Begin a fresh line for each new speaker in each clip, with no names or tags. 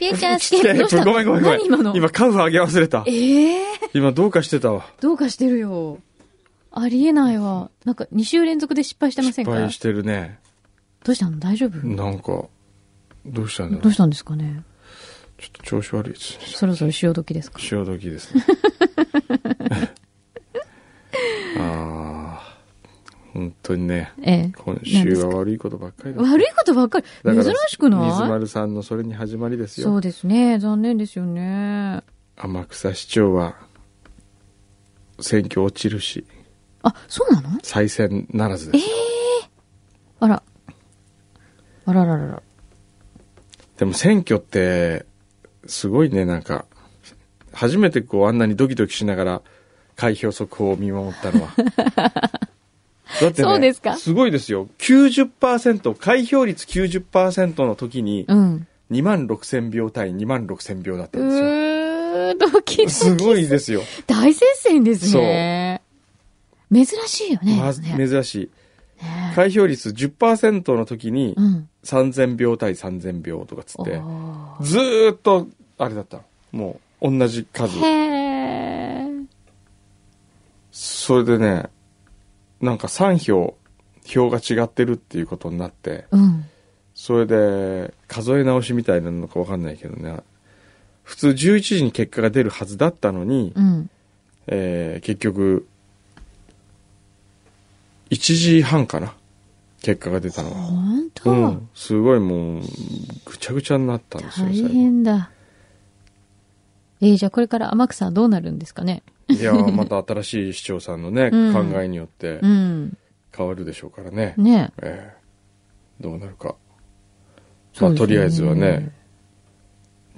イちゃんステップどうしたの
ごめんごめんごめん。
何今の
今カウフ上げ忘れた。
ええ
今どうかしてたわ。
どうかしてるよ。ありえないわ。なんか2週連続で失敗してません
失
か
敗してるね。
どうしたの大丈夫
なんか、どうしたんだ
どう
ろう。
したんですかね
ちょっと調子悪いですね。
そろそろ潮時ですか
潮時で すね。ああ、本当にね。
ええ。何
今
で
週
す
は
か
悪いことばっかりだ。
悪いことばっかり。
だから
珍しく
水
ない
丸さんのそれに始まりです
そ
よ
う。ですね。残念ですよね。
天草市長は、選挙落ちるし、
あ、そうなの
再選ならずです。
あら。あらららら。
でも選挙って、すごいね、なんか、初めてこう、あんなにドキドキしながら、開票速報を見守った のは。だってね、
そうですか
ごいですよ。90%、開票率90%の時に、
うん。
2万6千票対2万6千票だった
うん
ですよ。
ー、ドキドキ。
すごいですよ。
大接戦ですね。珍しいよね。
ま
でもね
珍しい。
ね
開票率10%の時に
う、ん。
3000票対3000票とかつって、
お
ずーっと、あれだったの。もう、同じ数
ー。。へー。
それでね、なんか3票、票が違ってるっていうことになって、
うん。
それで数え直しみたいなのかわかんないけどね、普通11時に結果が出るはずだったのに、
うん。
えー結局、1時半かな結果が出たのは。
本当、
うん、すごいもう、ぐちゃぐちゃになったんですよ、
大
最後
変だ。えー、じゃあこれから天草はどうなるんですかね
いやー、また新しい市長さんのね、
うん
考えによって
うん。
変わるでしょうからね。
ね
ええどうなるか。
そ
ま
うですね
あ、とりあえずはね、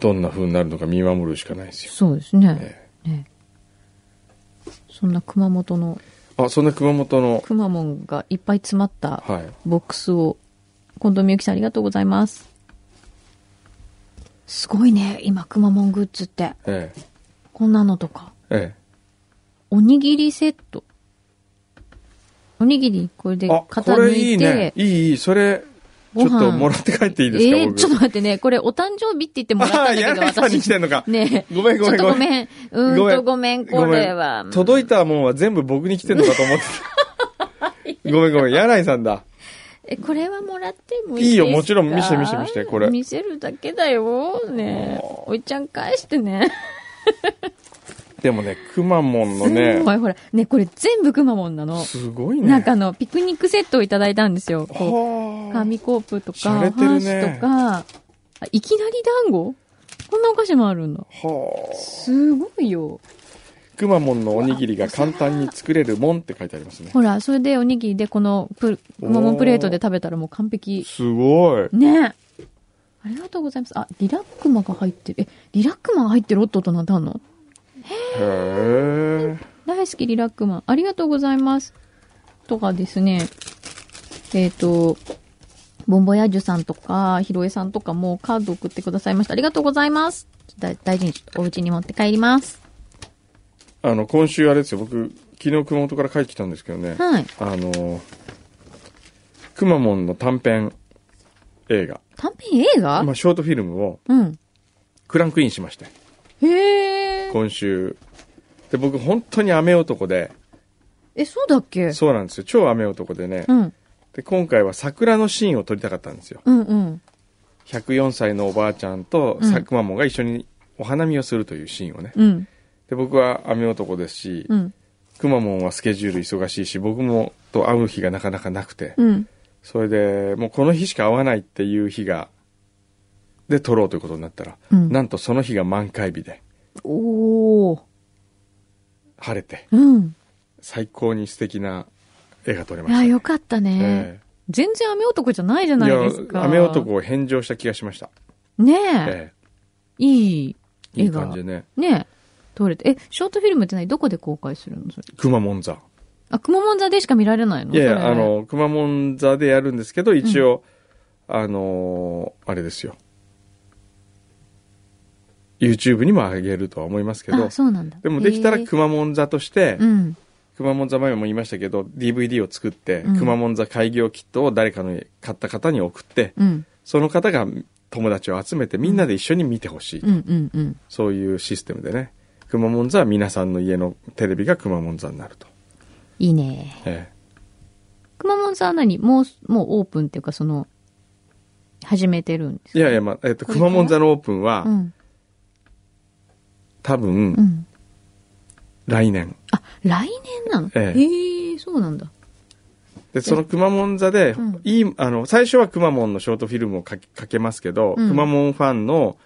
どんな風になるのか見守るしかないですよ。
そうですね。
え
ねそんな熊本の、
えあ、そんな熊本の、
くまモンがいっぱい詰まった
はい。
ボックスを、近藤美由紀さんありがとうございます。すごいね、今、くまモングッズって。
ええ
こんなのとか。
え
おにぎりセット。おにぎり、これで
えあ、
型
こ
抜いて。
れいいね。いい、いい。それ、
ご
ちょ
飯
っともらって帰っていいですか、
えー
僕。
ちょっと待ってね、これお誕生日って言ってもら ったん
ああ
だ
ー、
けど、
柳井さんに来てんのか。
ねえ
ごめん ご
ちょ
めん
っとごめん。うーんとごめん、こ
ごめ
れ
ん
は。
届いたもんは全部僕に来てんのかと思 ってた。ごめんごめん、柳井さんだ。
え、これはもらってもいい
いいよ
ですか
もちろん見せて見せて見せてこれ
見せるだけだよ。ねえおいちゃん返してね。
でもね、くまモンのね
す、ごいほら。ね、これ全部くまモンなの。
すごいね。
なんかあの、ピクニックセットをいただいたんですよ。こう
はあ。
紙コープと
し
か、
ゃ
お
れてる
箸
ね
とか、あいきなり団子こんなお菓子もあるんだ。
はあ。
すごいよ。
くまモンのおにぎりが簡単に作れるもんって書いてありますね。
ほら、それでおにぎりでこのプ、
お
く
ー
まモンプレートで食べたらもう完璧。
すごい。
ねえ。ありがとうございます。あ、リラックマが入ってる。え、リラックマが入ってるおっとっとなんてあんの
へえ。
大好きリラックマン。ありがとうございます。とかですね。えっ、と、ボンボヤージュさんとか、ひろえさんとかもカード送ってくださいました。ありがとうございます。だ大事にちょっとお家に持って帰ります。
あの、今週あれですよ、僕、昨日熊本から帰ってきたんですけどね、
はい。
あの、くまモンの短編映画、
短編映画、
まあ、ショートフィルムを
うん。
クランクインしまして、
へえ。
今週。で、僕、本当に雨男で、
え、そうだっけ
そうなんですよ、超雨男でね
う、ん。
で、今回は桜のシーンを撮りたかったんですよ。
うんうん。
104歳のおばあちゃんと、
うん
さくまモンが一緒にお花見をするというシーンをね。
うん。
で、僕は雨男ですし、
うん。
くまモンはスケジュール忙しいし僕もと会う日がなかなかなくて、
うん。
それでもうこの日しか会わないっていう日がで撮ろうということになったら、
うん
なんとその日が満開日で
おー。
晴れて
うん。
最高に素敵な絵が撮れま
い
した
や、
ね、
よかったね。
え
全然雨男じゃないじゃ
え
ないい
や
ですか。
雨男。を返上した気がしました、
ねえ。
え
いい
え
映
いい
画。
感じでね
ねえ。撮れて。え、ショートフィルムって何どこで公開するのそれ。
くまモン座
あ、くももん座でしか見られないの
いやい
そ
や
れ
あのくまモン座でやるんですけど一応、あのーあれですよ YouTube にも上げるとは思いますけど
あ、そうなんだ。
でもできたら
へえ
くまモン座として、
うん。
くまモン座前も言いましたけど、DVD を作って、
うん
くまモン座開業キットを誰かの買った方に送って、
うん。
その方が友達を集めてみんなで一緒に見てほしい、
うんうんうん。
そういうシステムでねくまモン座は皆さんの家のテレビがくまモン座になると、
いいね。
え
くまモンさんは何もう、もうオープンっていうか、その、始めてるんです
えいやいや、まえっと
こ
く
れから
まモン座のオープンは、
かうん。
多
う
分
ん。
来年
あ、来年なの
ええ
へえ、そうなんだ。
でそのくまモン座で、
うん
いいあの最初はくまモンのショートフィルムをかけかけますけど、
うん
くまモンファンの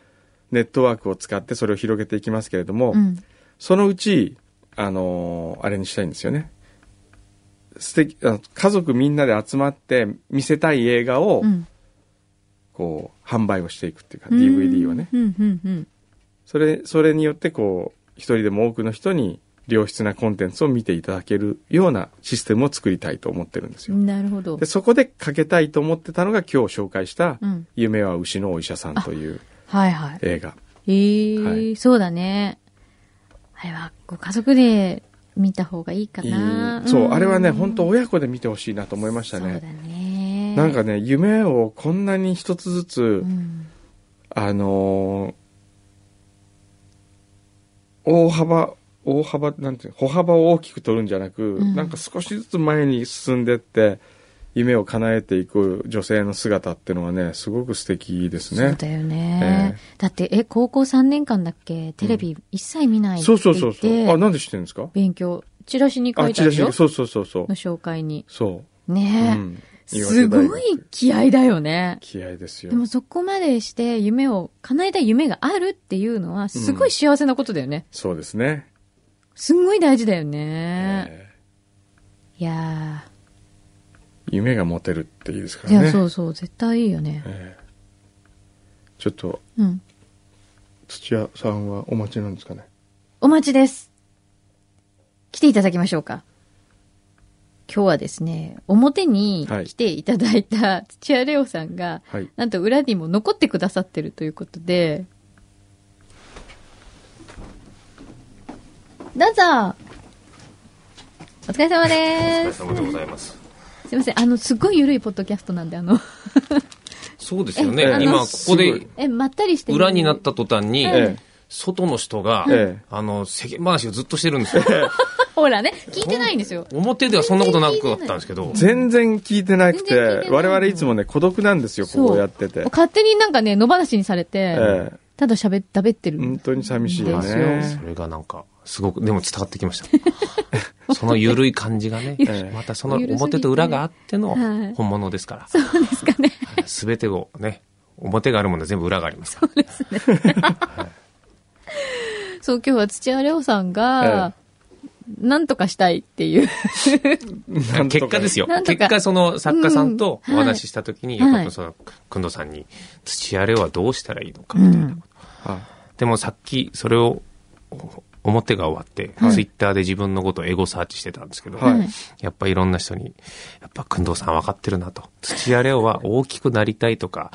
ネットワークを使ってそれを広げていきますけれども、
うん。
そのうち、あのーあれにしたいんですよね。素敵、あの家族みんなで集まって見せたい映画を、
うん。
こう、販売をしていくっていうか、DVD をね。
うんうんうん。
それ、それによって、こう、一人でも多くの人に良質なコンテンツを見ていただけるようなシステムを作りたいと思ってるんですよ。
なるほど
で、。そこでかけたいと思ってたのが今日紹介した
う、ん。
夢は牛のお医者さんという
はいはい。
映画。
ええ
は
そうだね。あれは、ご家族で見た方がいいか
いい
な。
そう、あれはね、本当
思
親子で見てほしいなと思いました
そう
ね。
だね。
なんかね、夢をこんなに一つずつ、
うん、
あのー大幅、大幅、なんていうの歩幅を大きく取るんじゃなく、
うん
なんか少しずつ前に進んでって、夢を叶えていく女性の姿ってのはね、すごく素敵です
そう
ね。
だよね、だって、え、高校3年間だっけテレビ一切見ないって
そ
言
う
って、
そうそうそう。あ、なんで知ってるんですか
勉強、チラシに書
あ、
いて
チ
あ
ラ
る
シ
よ。の
そうそうそうそう。
紹介に。
そう。う
ねえ、
ん
すごい気合だよね。
気合ですよ
で。もそこまでして夢を、叶えたい夢があるっていうのは、すごい幸せなことだよね。
そうですね。
すんごい大事だよね。
え
いや
ー夢が持てるっていいですか
ー、い
らね。
や、そうそう、絶対いいよね。
えーちょっと、
うん。
土屋さんはお待ちなんですかね。
お待ちです。来ていただきましょうか。今日はですね、表に
はい
来ていただいた土屋レオさんが、
はい。
なんと裏にも残ってくださってるということで、どうぞお疲れ様で
お
す
疲れ様でございます。
すいません、あの、すっごい緩いポッドキャストなんで、あの、
そうですよ
え
ね
あの。
今、ここ
すごい
で
え、まったりしてる
裏になった途端に
ええ、
外の人が
ええ、
あの、世間話をずっとしてるんですよ。
ほらね、聞いてないんですよ。
表ではそんなことなくだったんですけど、
全然聞いてなく
全然聞いてな
て
い、の
我々いつもね、孤独なんですよ、
そう
こうやってて。
勝手になんかね、野放しにされて、
ええ
ただ喋っ、だべってる。
本当に寂しいよ
ですよ
そ
ね。
れがなんか、すごく、でも伝わってきました。 その緩い感じがね
緩い、
またその表と裏があって
はい
の本物ですから、
そうですかね。
すべてをね、表があるものは全部裏がありますから。
そう、今日は土屋レオさんが、なんとかしたいっていう。
なんとか
結果ですよ
なん。とか
結果、その作家さんと
うん
お
はい
話ししたときに、
はい
やっぱりその、くんどさんに、土屋レオはどうしたらいいのか、みたいなこと。
あ
でもさっき、それを、お表が終わって、
はい
ツイッターで自分のことをエゴサーチしてたんですけど、
はい
やっぱいろんな人に、やっぱ、くんどさん分かってるなと。土屋レオは大きくなりたいとか、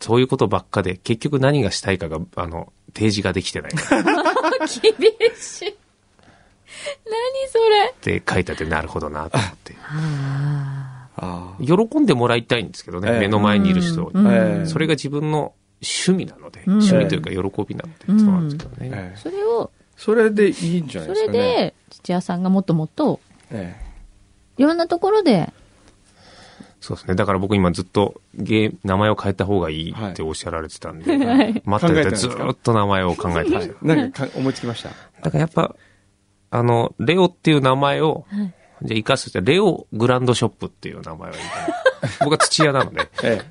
そういうことばっかで、結局何がしたいかが、あの、提示ができてないっ
厳しい。何それ。
て書いてあって、なるほどな、と思 って。
あ
あ
喜んでもらいたいんですけどね、
ええ
目の前にいる人を
うん
ええ
それが自分の趣味なので、
うん
趣味というか喜びなので、
うん
そうなんですけどね。
ええ
それを、
それでいいんじゃない
そ
です
れ
かね。
で、土屋さんがもっともっと、
え
いろんなところで、
そうですね。だから僕今ずっとゲー名前を変えた方がいいっておっしゃられてたんで、待ってたらずーっと名前を考えて
え
ま
は
し
い
た。。
な んかか思いつきました。
だからやっぱ、あの、レオっていう名前を、
はい
じゃあ生かすとしたらレオグランドショップっていう名前はいいかな。僕は土屋なので、
え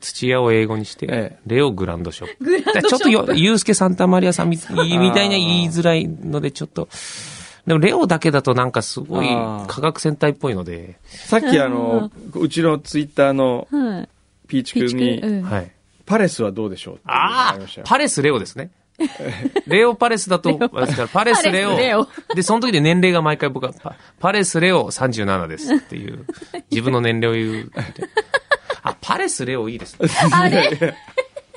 土屋を英語にして、
ええ
レオグランドショップ。
グラン
だから
ド
ち
シ
ょ
ョ
っとよ、
ッ
ユうスケ・サンタマリアさんみみたいに言いづらいので、ちょっと、でもレオだけだとなんかすごい
あー
科学戦隊っぽいので、
えさっきあの、うちのツイッターの
プ。はい。
ピーチ君に、
うん
はい。
パレスはどうでしょうっていうのがあ
あ
り
あ
ましたよ。
パレス・レオですね。 レオ・パレスだと、ですからパレス・レ
パレスレオ
オ。で、その時で年齢が毎回僕は、パパレス・レオ37ですって いう、自分の年齢を言う。あ、パレス・レオいいですね。
あれ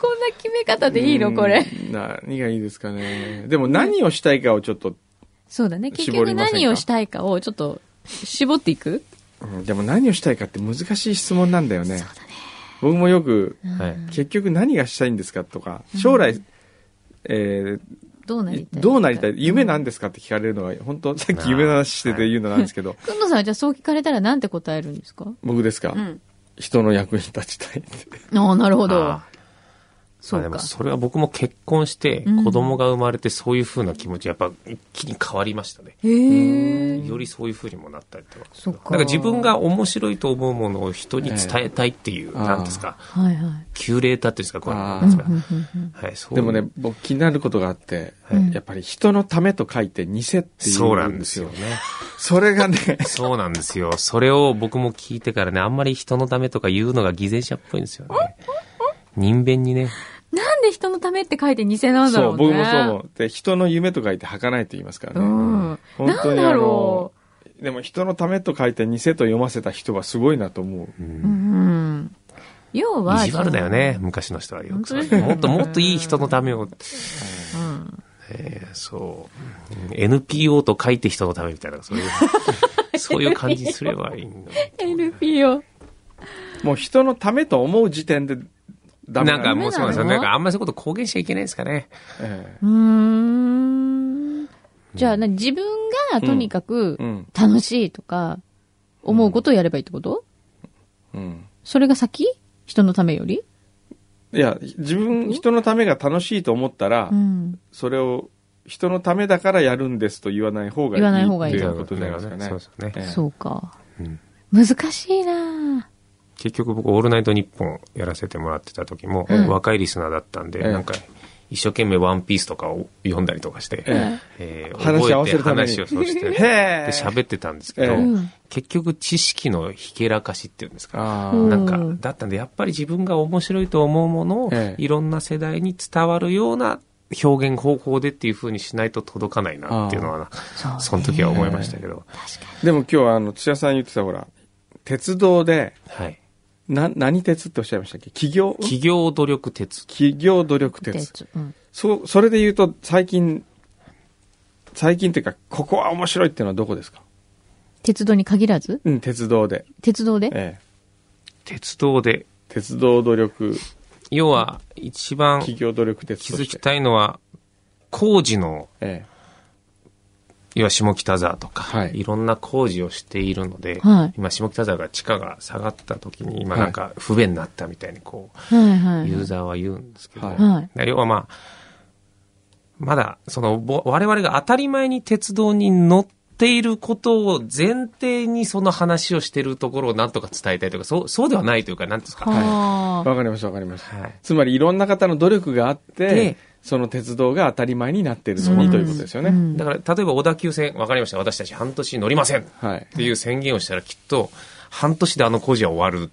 こんな決め方でいいのこれ。
うん。何がいいですかね。でも何をしたいかをちょっと、
そうだね。結
絞
局
りませんか
何をしたいかを、ちょっと、絞っていく
うんでも何をしたいかって難しい質問なんだよね。僕もよく、
はい
結局何がしたいんですかとか、将来、えー
どうなりたい
どうなりたい夢なんですかって聞かれるのが、本当さっき夢の話してて言うのなんですけど、
くんのさんはじゃあそう聞かれたらなんて答えるんですか
僕ですか、
うん。
人の役に立ちたいって。
ああ、なるほど
あ。ー
そ
まあで
う
も
か。
それは僕も結婚して
うん
子供が生まれてそういう風な気持ちやっぱ一気に変わりましたね。
へえ。
よりそういう風にもなったりとか。
そっか。
なんか自分。が面白いと思うものを人に伝えたいっていう、
ええ
なんですか、
はいはい。
キュレーターっていうんですか、これ。
あー
なんですか
うんうんうんうん
はい、そう
でもね、僕気になることがあって、
はい
やっぱり人のためと書いて偽って
そう
言
な
うんん
で
ですす
よ
よ。
ね。
それがね、
そうなんですよ。それを僕も聞いてからね、あんまり人のためとか言うのが偽善者っぽいんですよね。人弁にね。
なんで人のためって書いて偽なんだ
そ
ろう
う、
ね。
僕もそう思う。で、人の夢と書いて儚いって言いますからね。
うん。
本当
なん
に
だ
あ
ろ
の、でも人のためと書いて偽と読ませた人はすごいなと思う。
う。うん。要は。
意地悪だよね、昔の人はよく。
本当ですよね
もっともっといい人のためを、
じゃあ。うん。
えーそう。うん NPO と書いて人のためみたいな、そういう、 そういう感じにすればいいんだ。
LPO。
もう人のためと思う時点でダメ
なんかもうそうなんですよ。
ダ
な
メなの
んかあんまりそういうこと公言しちゃいけないですかね。
え
うーん。じゃあ、な自分がとにかく
えうん、
楽しいとか、思うことをやればいいってこと
うん。
それが先人のためより
いや、自分、人のためが楽しいと思ったら、
うん。
それを、人のためだからやるんですと言わない方がいい。
言わない方がいい
ということじゃないですかね。
そうですよね。
ええ
そうか。
うん
難しいな
結局僕、オールナイトニッポンやらせてもらってた時も、
うん
若いリスナーだったんで、
ええ
なんか、一生懸命ワンピースとかを読んだりとかして、
ええ
えー
話
覚
合
え
わ
て
せるために
話をそうして、で
へえ。
喋ってたんですけど、
ええ
うん
結局知識のひけらかしっていうんですか。
あ
うん
な
あ。
んか、だったんで、やっぱり自分が面白いと思うものを
え、え
いろんな世代に伝わるような表現方法でっていう風にしないと届かないなっていうのは
そうね
な、その時は思いましたけど、
でも今日は、あの、土屋さん言ってた、ほら、鉄道で、
はい。
な、何鉄っておっしゃいましたっけ企業
企業努力鉄。
企業努力鉄。
鉄うん
そう、それで言うと、最近、最近っていうか、ここは面白いっていうのはどこですか
鉄道に限らず
うん、鉄道で。
鉄道で
ええ。
鉄道で、
鉄道努力、
要は一番
企業努力鉄
気
と
づ
し
き
て。
たいのは、工事の、
ええ。
いわ下北沢とか、
はい
い、ろんな工事をしているので、
はい
今下北沢が地価が下がった時に、今
はい
なんか不便になったみたいにこう、
はいはい。
ユーザーは言うんですけど、
はい
は
要はまあ、まだ、その、ぼ我々が当たり前に鉄道に乗っていることを前提にその話をしているところをなんとか伝えたいとか、そう、そうではないというか、なんていうんですか。はい。
はあ。
わかりました、わかりました。つまりいろんな方の努力があって
で、
その鉄道が当たり前になっているの
う
に
ん
ということですよ
う
ね。
ん
だから、例えば小田急線、わかりました。私たち半年乗りません。
はい
っ。ていう宣言をしたらきっと、半年であの工事は終わる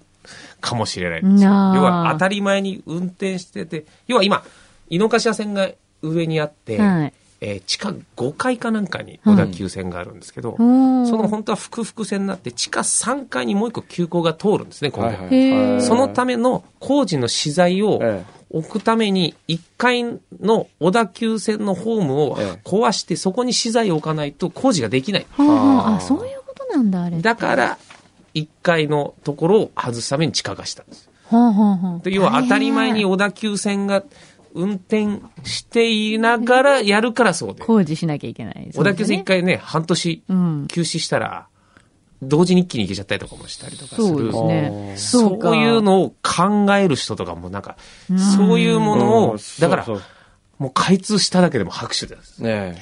かもしれない。要
なあ
は当たり前に運転してて、要は今、井の頭線が上にあって、
はい
えー地下5階かなんかに小田急線があるんですけど、
うん
その本当は複々線になって地下3階にもう一個急行が通るんですね、今度。
はいはい
へえ
そのための工事の資材を
え
置くために、1階の小田急線のホームを
ええ
壊して、そこに資材を置かないと工事ができない。
はあはあ、
あー
あ、そういうことなんだ、あれ。
だから、1階のところを外すために地下化したんです。
はあはあはあ
で要は当たり前に
大変
小田急線が運転していながらやるからそうで。
工事しなきゃいけない。
小田急線
そう
1
だね
回ね、半年
うん。
休止したら、同時に一気に行けちゃったりとかもしたりとかす
そう
る
です。
あ
ね。
ー
そうか
そういう。のを考える人とかもなんか、
ん
そういうもの
うん
を、
そ
だ
う
から
そう
もう開通しただけでも拍手です。
ね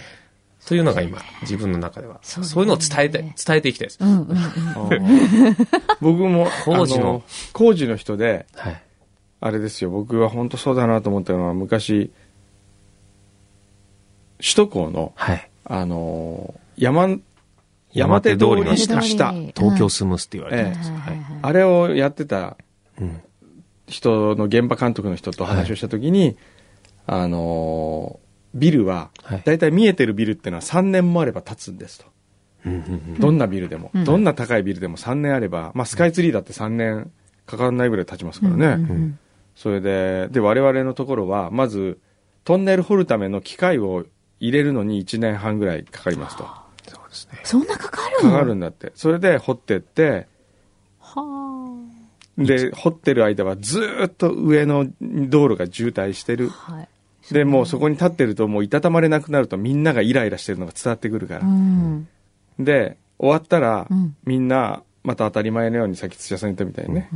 というのが今、自分の中では。
そ
そうう
ですね
いうのを伝えて、伝えていきたいです。
うんうんうん。
え僕も、
工事の
あの、工事の人で、
はい。
あれですよ、僕は本当そうだなと思ったのは、昔、首都高の、
はい。
あの、山、
山手通りの
下
下。
東京スムースって言われて
ええ
ます。はい。
あれをやってた
うん
人の現場監督の人と話をした時に、あのービルは、
はい
だいたい見えてるビルってのは3年もあれば建つんですと。
うんうんうん
どんなビルでも、
うん
どんな高いビルでも3年あれば、まあ、スカイツリーだって3年かからないぐらい経ちますからね。
うんうん
それで、で、我々のところは、まず、トンネル掘るための機械を入れるのに1年半ぐらいかかりますと。か
そうですね。
そんなかかるの
かるんだって。それで掘ってって、
は
で、掘ってる間はずーっと上の道路が渋滞してる。
はい。
で、もうそこに立ってるともういたたまれなくなるとみんながイライラしてるのが伝わってくるか
う
ら。
ん。
で、終わったら
うん、
みんな、また当たり前のように、さっき土屋さん言ったみたいにね、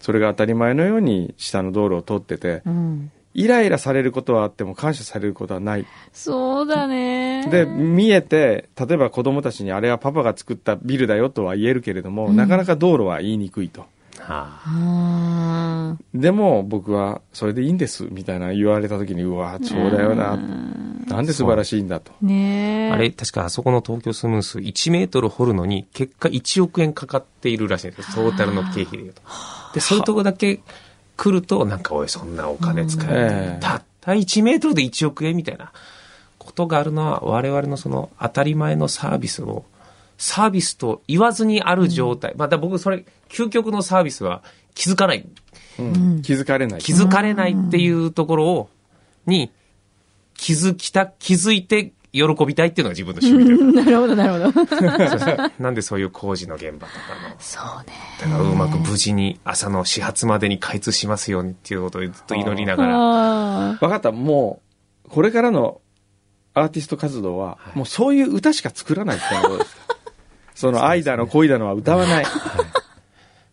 それが当たり前のように下の道路を通ってて、
うん。
イライラされることはあっても感謝されることはない。
そうだね。
で、見えて、例えば子供たちにあれはパパが作ったビルだよとは言えるけれども、
うん
なかなか道路は言いにくいと。
はあ、
ああ。
でも僕はそれでいいんですみたいな言われた時に、うわ、そうだよな、
ん
なんで素晴らしいんだと。
ねえ。
あれ、確かあそこの東京スムース1メートル掘るのに、結果1億円かかっているらしいんですよトータルの経費で言うと。で、そういうとこだけ来ると、なんか、おい、そんなお金使えて
うん
たった1メートルで1億円みたいなことがあるのは、我々のその当たり前のサービスを、サービスと言わずにある状態。まあ、だから僕、それ、究極のサービスは気づかない
うん
うん
気づかれない。
気づかれないっていうところを、に、気づきた、気づいて喜びたいっていうのが自分の趣味で。
なるほど、なるほど。
そうそうなんでそういう工事の現場とかの、
そうね。
だからうまく無事に朝の始発までに開通しますようにっていうことをずっと祈りながら、
ああ。
わかった、もう、これからのアーティスト活動は、
はい
もうそういう歌しか作らないってことですかその愛だの恋だのは歌わない。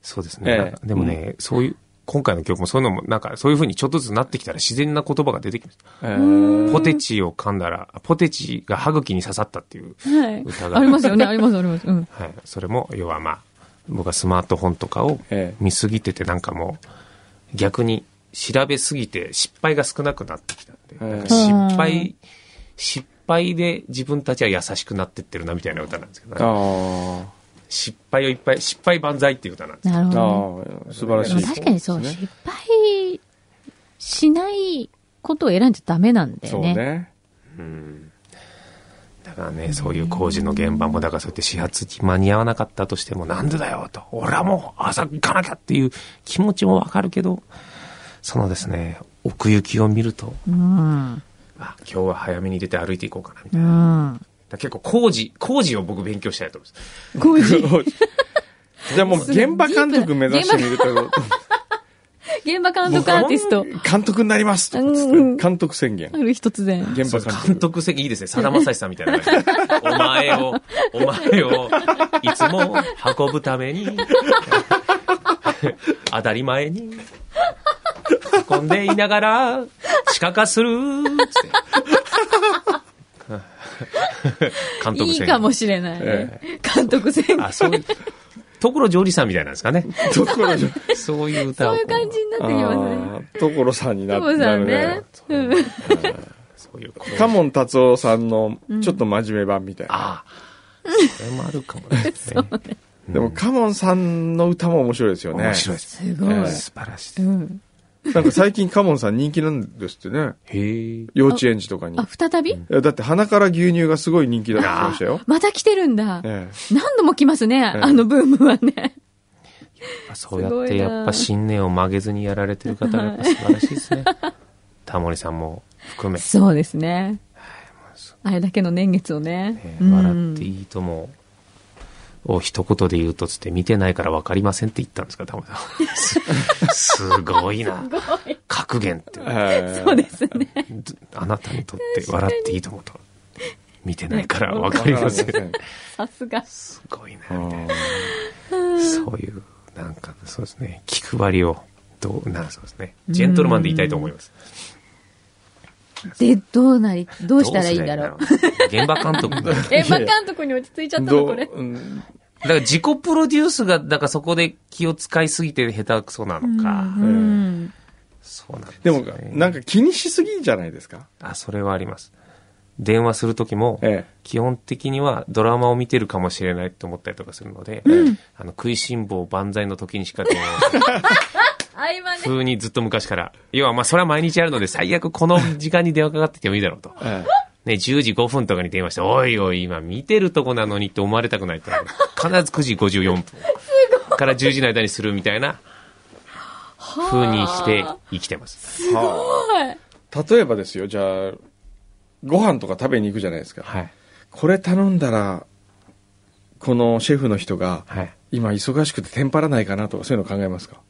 そうですね。
ええ
なんかでもね、そういう、今回の曲もそういうのも、なんかそういうふうにちょっとずつなってきたら自然な言葉が出てきました。
えー
ポテチを噛んだら、ポテチが歯茎に刺さったっていう。
はい
歌。が
ありますよね、あります、あります。うん。
はい。それも、要はまあ、僕はスマートフォンとかを
ええ
見すぎてて、なんかもう、逆に調べすぎて失敗が少なくなってきたんで、
ええ
なんか失敗、失敗で自分たちは優しくなってってるなみたいな歌なんですけど、
あ
失敗をいっぱい、失敗万歳っていう歌なんです
なるほ
あ、あ
どね。
あ、素晴らし
でも
いですね。
確かにそう、失敗しないことを選んじゃダメなんだ
そ
よ
う
ね。
ね。
だからね、そういう工事の現場も、だからそうやって始発に間に合わなかったとしても、なんでだよと、俺はもう朝行かなきゃっていう気持ちもわかるけど、そのですね、奥行きを見ると、
うん。うん。
あ、今日は早めに出て歩いていこうかな、みたいな。
工
だから結構工事、工事を僕勉強したいと思います。
事。
じゃあもう現場監督目指してみると、
現場監督アーティスト。
監督になりますとかつって
うん
監督宣言
あ。る日突然。
現場監
そう
督。
監督席いいですね。さだまさしさんみたいな。お前を、お前を、いつも運ぶために、 当たり前に、運んでいながら、地下化する、つって。 監督
いい
席。
かもしれない。
え
監督宣言。
あ、そういう、ところジョージさんみたいなんですかね。
ところじゃ
そういう歌
そ
を。
ういう感じになってきますね。
あー所さんにな
所さんね
なる
そういうそういう工事。
カモン達夫さんのちょっと真面目版みたいな。
ああ、それもあるかもですね。
でもカモンさんの歌も面白いですよね。
面白いです。
すごい。
ええ
素晴らしいで
う
す。
ん。
なんか最近カモンさん人気なんですってね。
へえ。
幼稚園児とかに
あ、。再び
えだって鼻から牛乳がすごい人気だって言ってましたよ。
また来てるんだ。
え
何度も来ますね、
え
あのブームはね。
そうやっ
すご
て
いな
やっぱ信念を曲げずにやられてる方がやっぱ素晴らしいですね。 タモリさんも含め、
そうですね。あれだけの年月をね
ね。
うん
笑っていいとも。を一言で言うとつって見てないから分かりませんって言ったんですかタモリさん すすごいな格言って
えええ
そうですね。
あなたにとって笑っていいと思うと見てないから分かりません
わかり
さ
ま
すが。
すごいな
せんうん
そういう、なんか、そうですね。気配りを、どう、な、そうですね。ジェントルマンでいたいと思います。
で、どうなり、ど
ど
うしたらいいんだろう。
うすりゃいいんだろう。現場監 督だ。だか
現場監督に落ち着いちゃったの、
ど
こ
う
れ。
うん
ら自己プロデュースが、だからそこで気を使いすぎて下手くそなの
う
か。
ん。
そうなんです、ね。
でも、なんか気にしすぎじゃないですか。
あ、それはあります。電話するときも、
え
基本的にはドラマを見てるかもしれないと思ったりとかするので、あの、食いしん坊万歳の時にしか電話を しない
合間ね。
普通にずっと昔から。要はまあそれは毎日あるので最悪この時間に電話かかってきてもいいだろうと。
ええ
ね、10時5分とかに電話して、おいおい今見てるとこなのにって思われたくないってなる必ず9時54分。から10時の間にするみたいな風にして生きてます。
え。はあ例えばですよ、じゃあ、ご飯とか食べに行くじゃないですか。
はい。
これ頼んだら、このシェフの人が
はい。
今忙しくてテンパらないかなとか、そういうの考えますか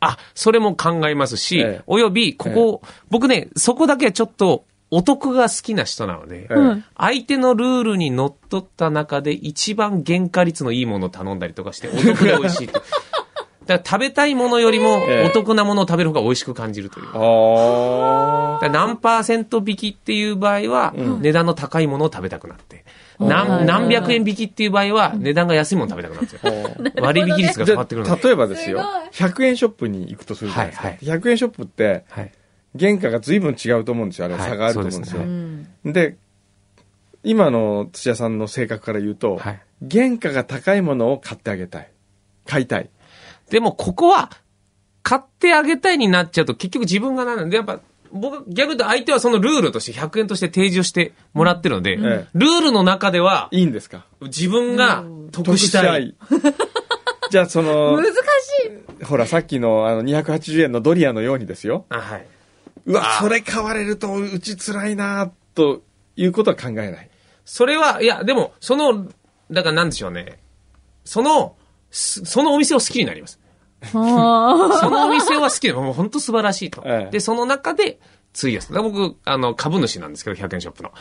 あ、それも考えますし、
ええ
および、ここ、僕ね、そこだけはちょっと、お得が好きな人なので、
ええ
うん
相手のルールにのっとった中で一番原価率のいいものを頼んだりとかして、お得で美 味しいと。だから食べたいものよりも
ええ
お得なものを食べる方が美味しく感じるという。だか
あ
ら何パーセント引きっていう場合は、値段の高いものを食べたくなって。
はい
何何百円引きっていう場合は、値段が安いものを食べたくなるんですよ。割引率が
じ
変
ゃ
わ
あ
ってくるので。
例えばですよ
す
100円ショップに行くとするじゃないですか、
はい
100円ショップって
はい。
原価が随分違うと思うんですよあれは
はい
差があると思うんです
そ
よ、
うですね
ん。
で今の土屋さんの性格から言うと、
はい
原価が高いものを買ってあげたい買いたい
でもここは、買ってあげたいになっちゃうと結局自分がなるんで、やっぱ、僕は逆に言うと相手はそのルールとして100円として提示をしてもらってるので、
んええ
ルールの中ではい
いんですか
自分が得したい。
得したい じゃあその
難しい。
ほらさっきのあの280円のドリアのようにですよ
あはい。
うわそれ買われるとうち辛いなということは考えない
それは、いや、でも、その、だからなんでしょうね。その、すそのお店を好きになり ます。
あ
そのお店は好きで、もう本当素晴らしいと。
ええ
で、その中で、費やす。だから僕、あの、株主なんですけど、100円ショップの。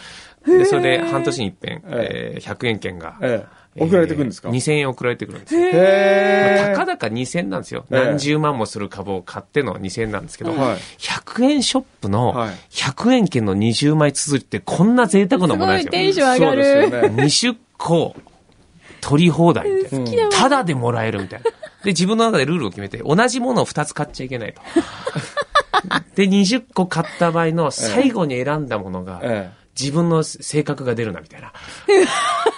で、それで半年に一遍、
え
えー100円券が、
ええ送られてくるんですか、
えー ?2000 円送られてくるんですよ。
へえ
たかだか2000なんですよ。
ええ
何十万もする株を買っての2000なんですけど、
はい
100円ショップの
はい
100円券の20枚続いてこんな贅沢なもの
すご
ない
いテ
で
ン
す
シ
よ。
ョン上が
そうです
る。
よね
20個取り放題みたい
好
な
きだ。
ただでもらえるみたいな。で、自分の中でルールを決めて、同じものを2つ買っちゃいけ ないと。で、20個買った場合の最後に選んだものが、
ええ
自分の性格が出るなみたいな。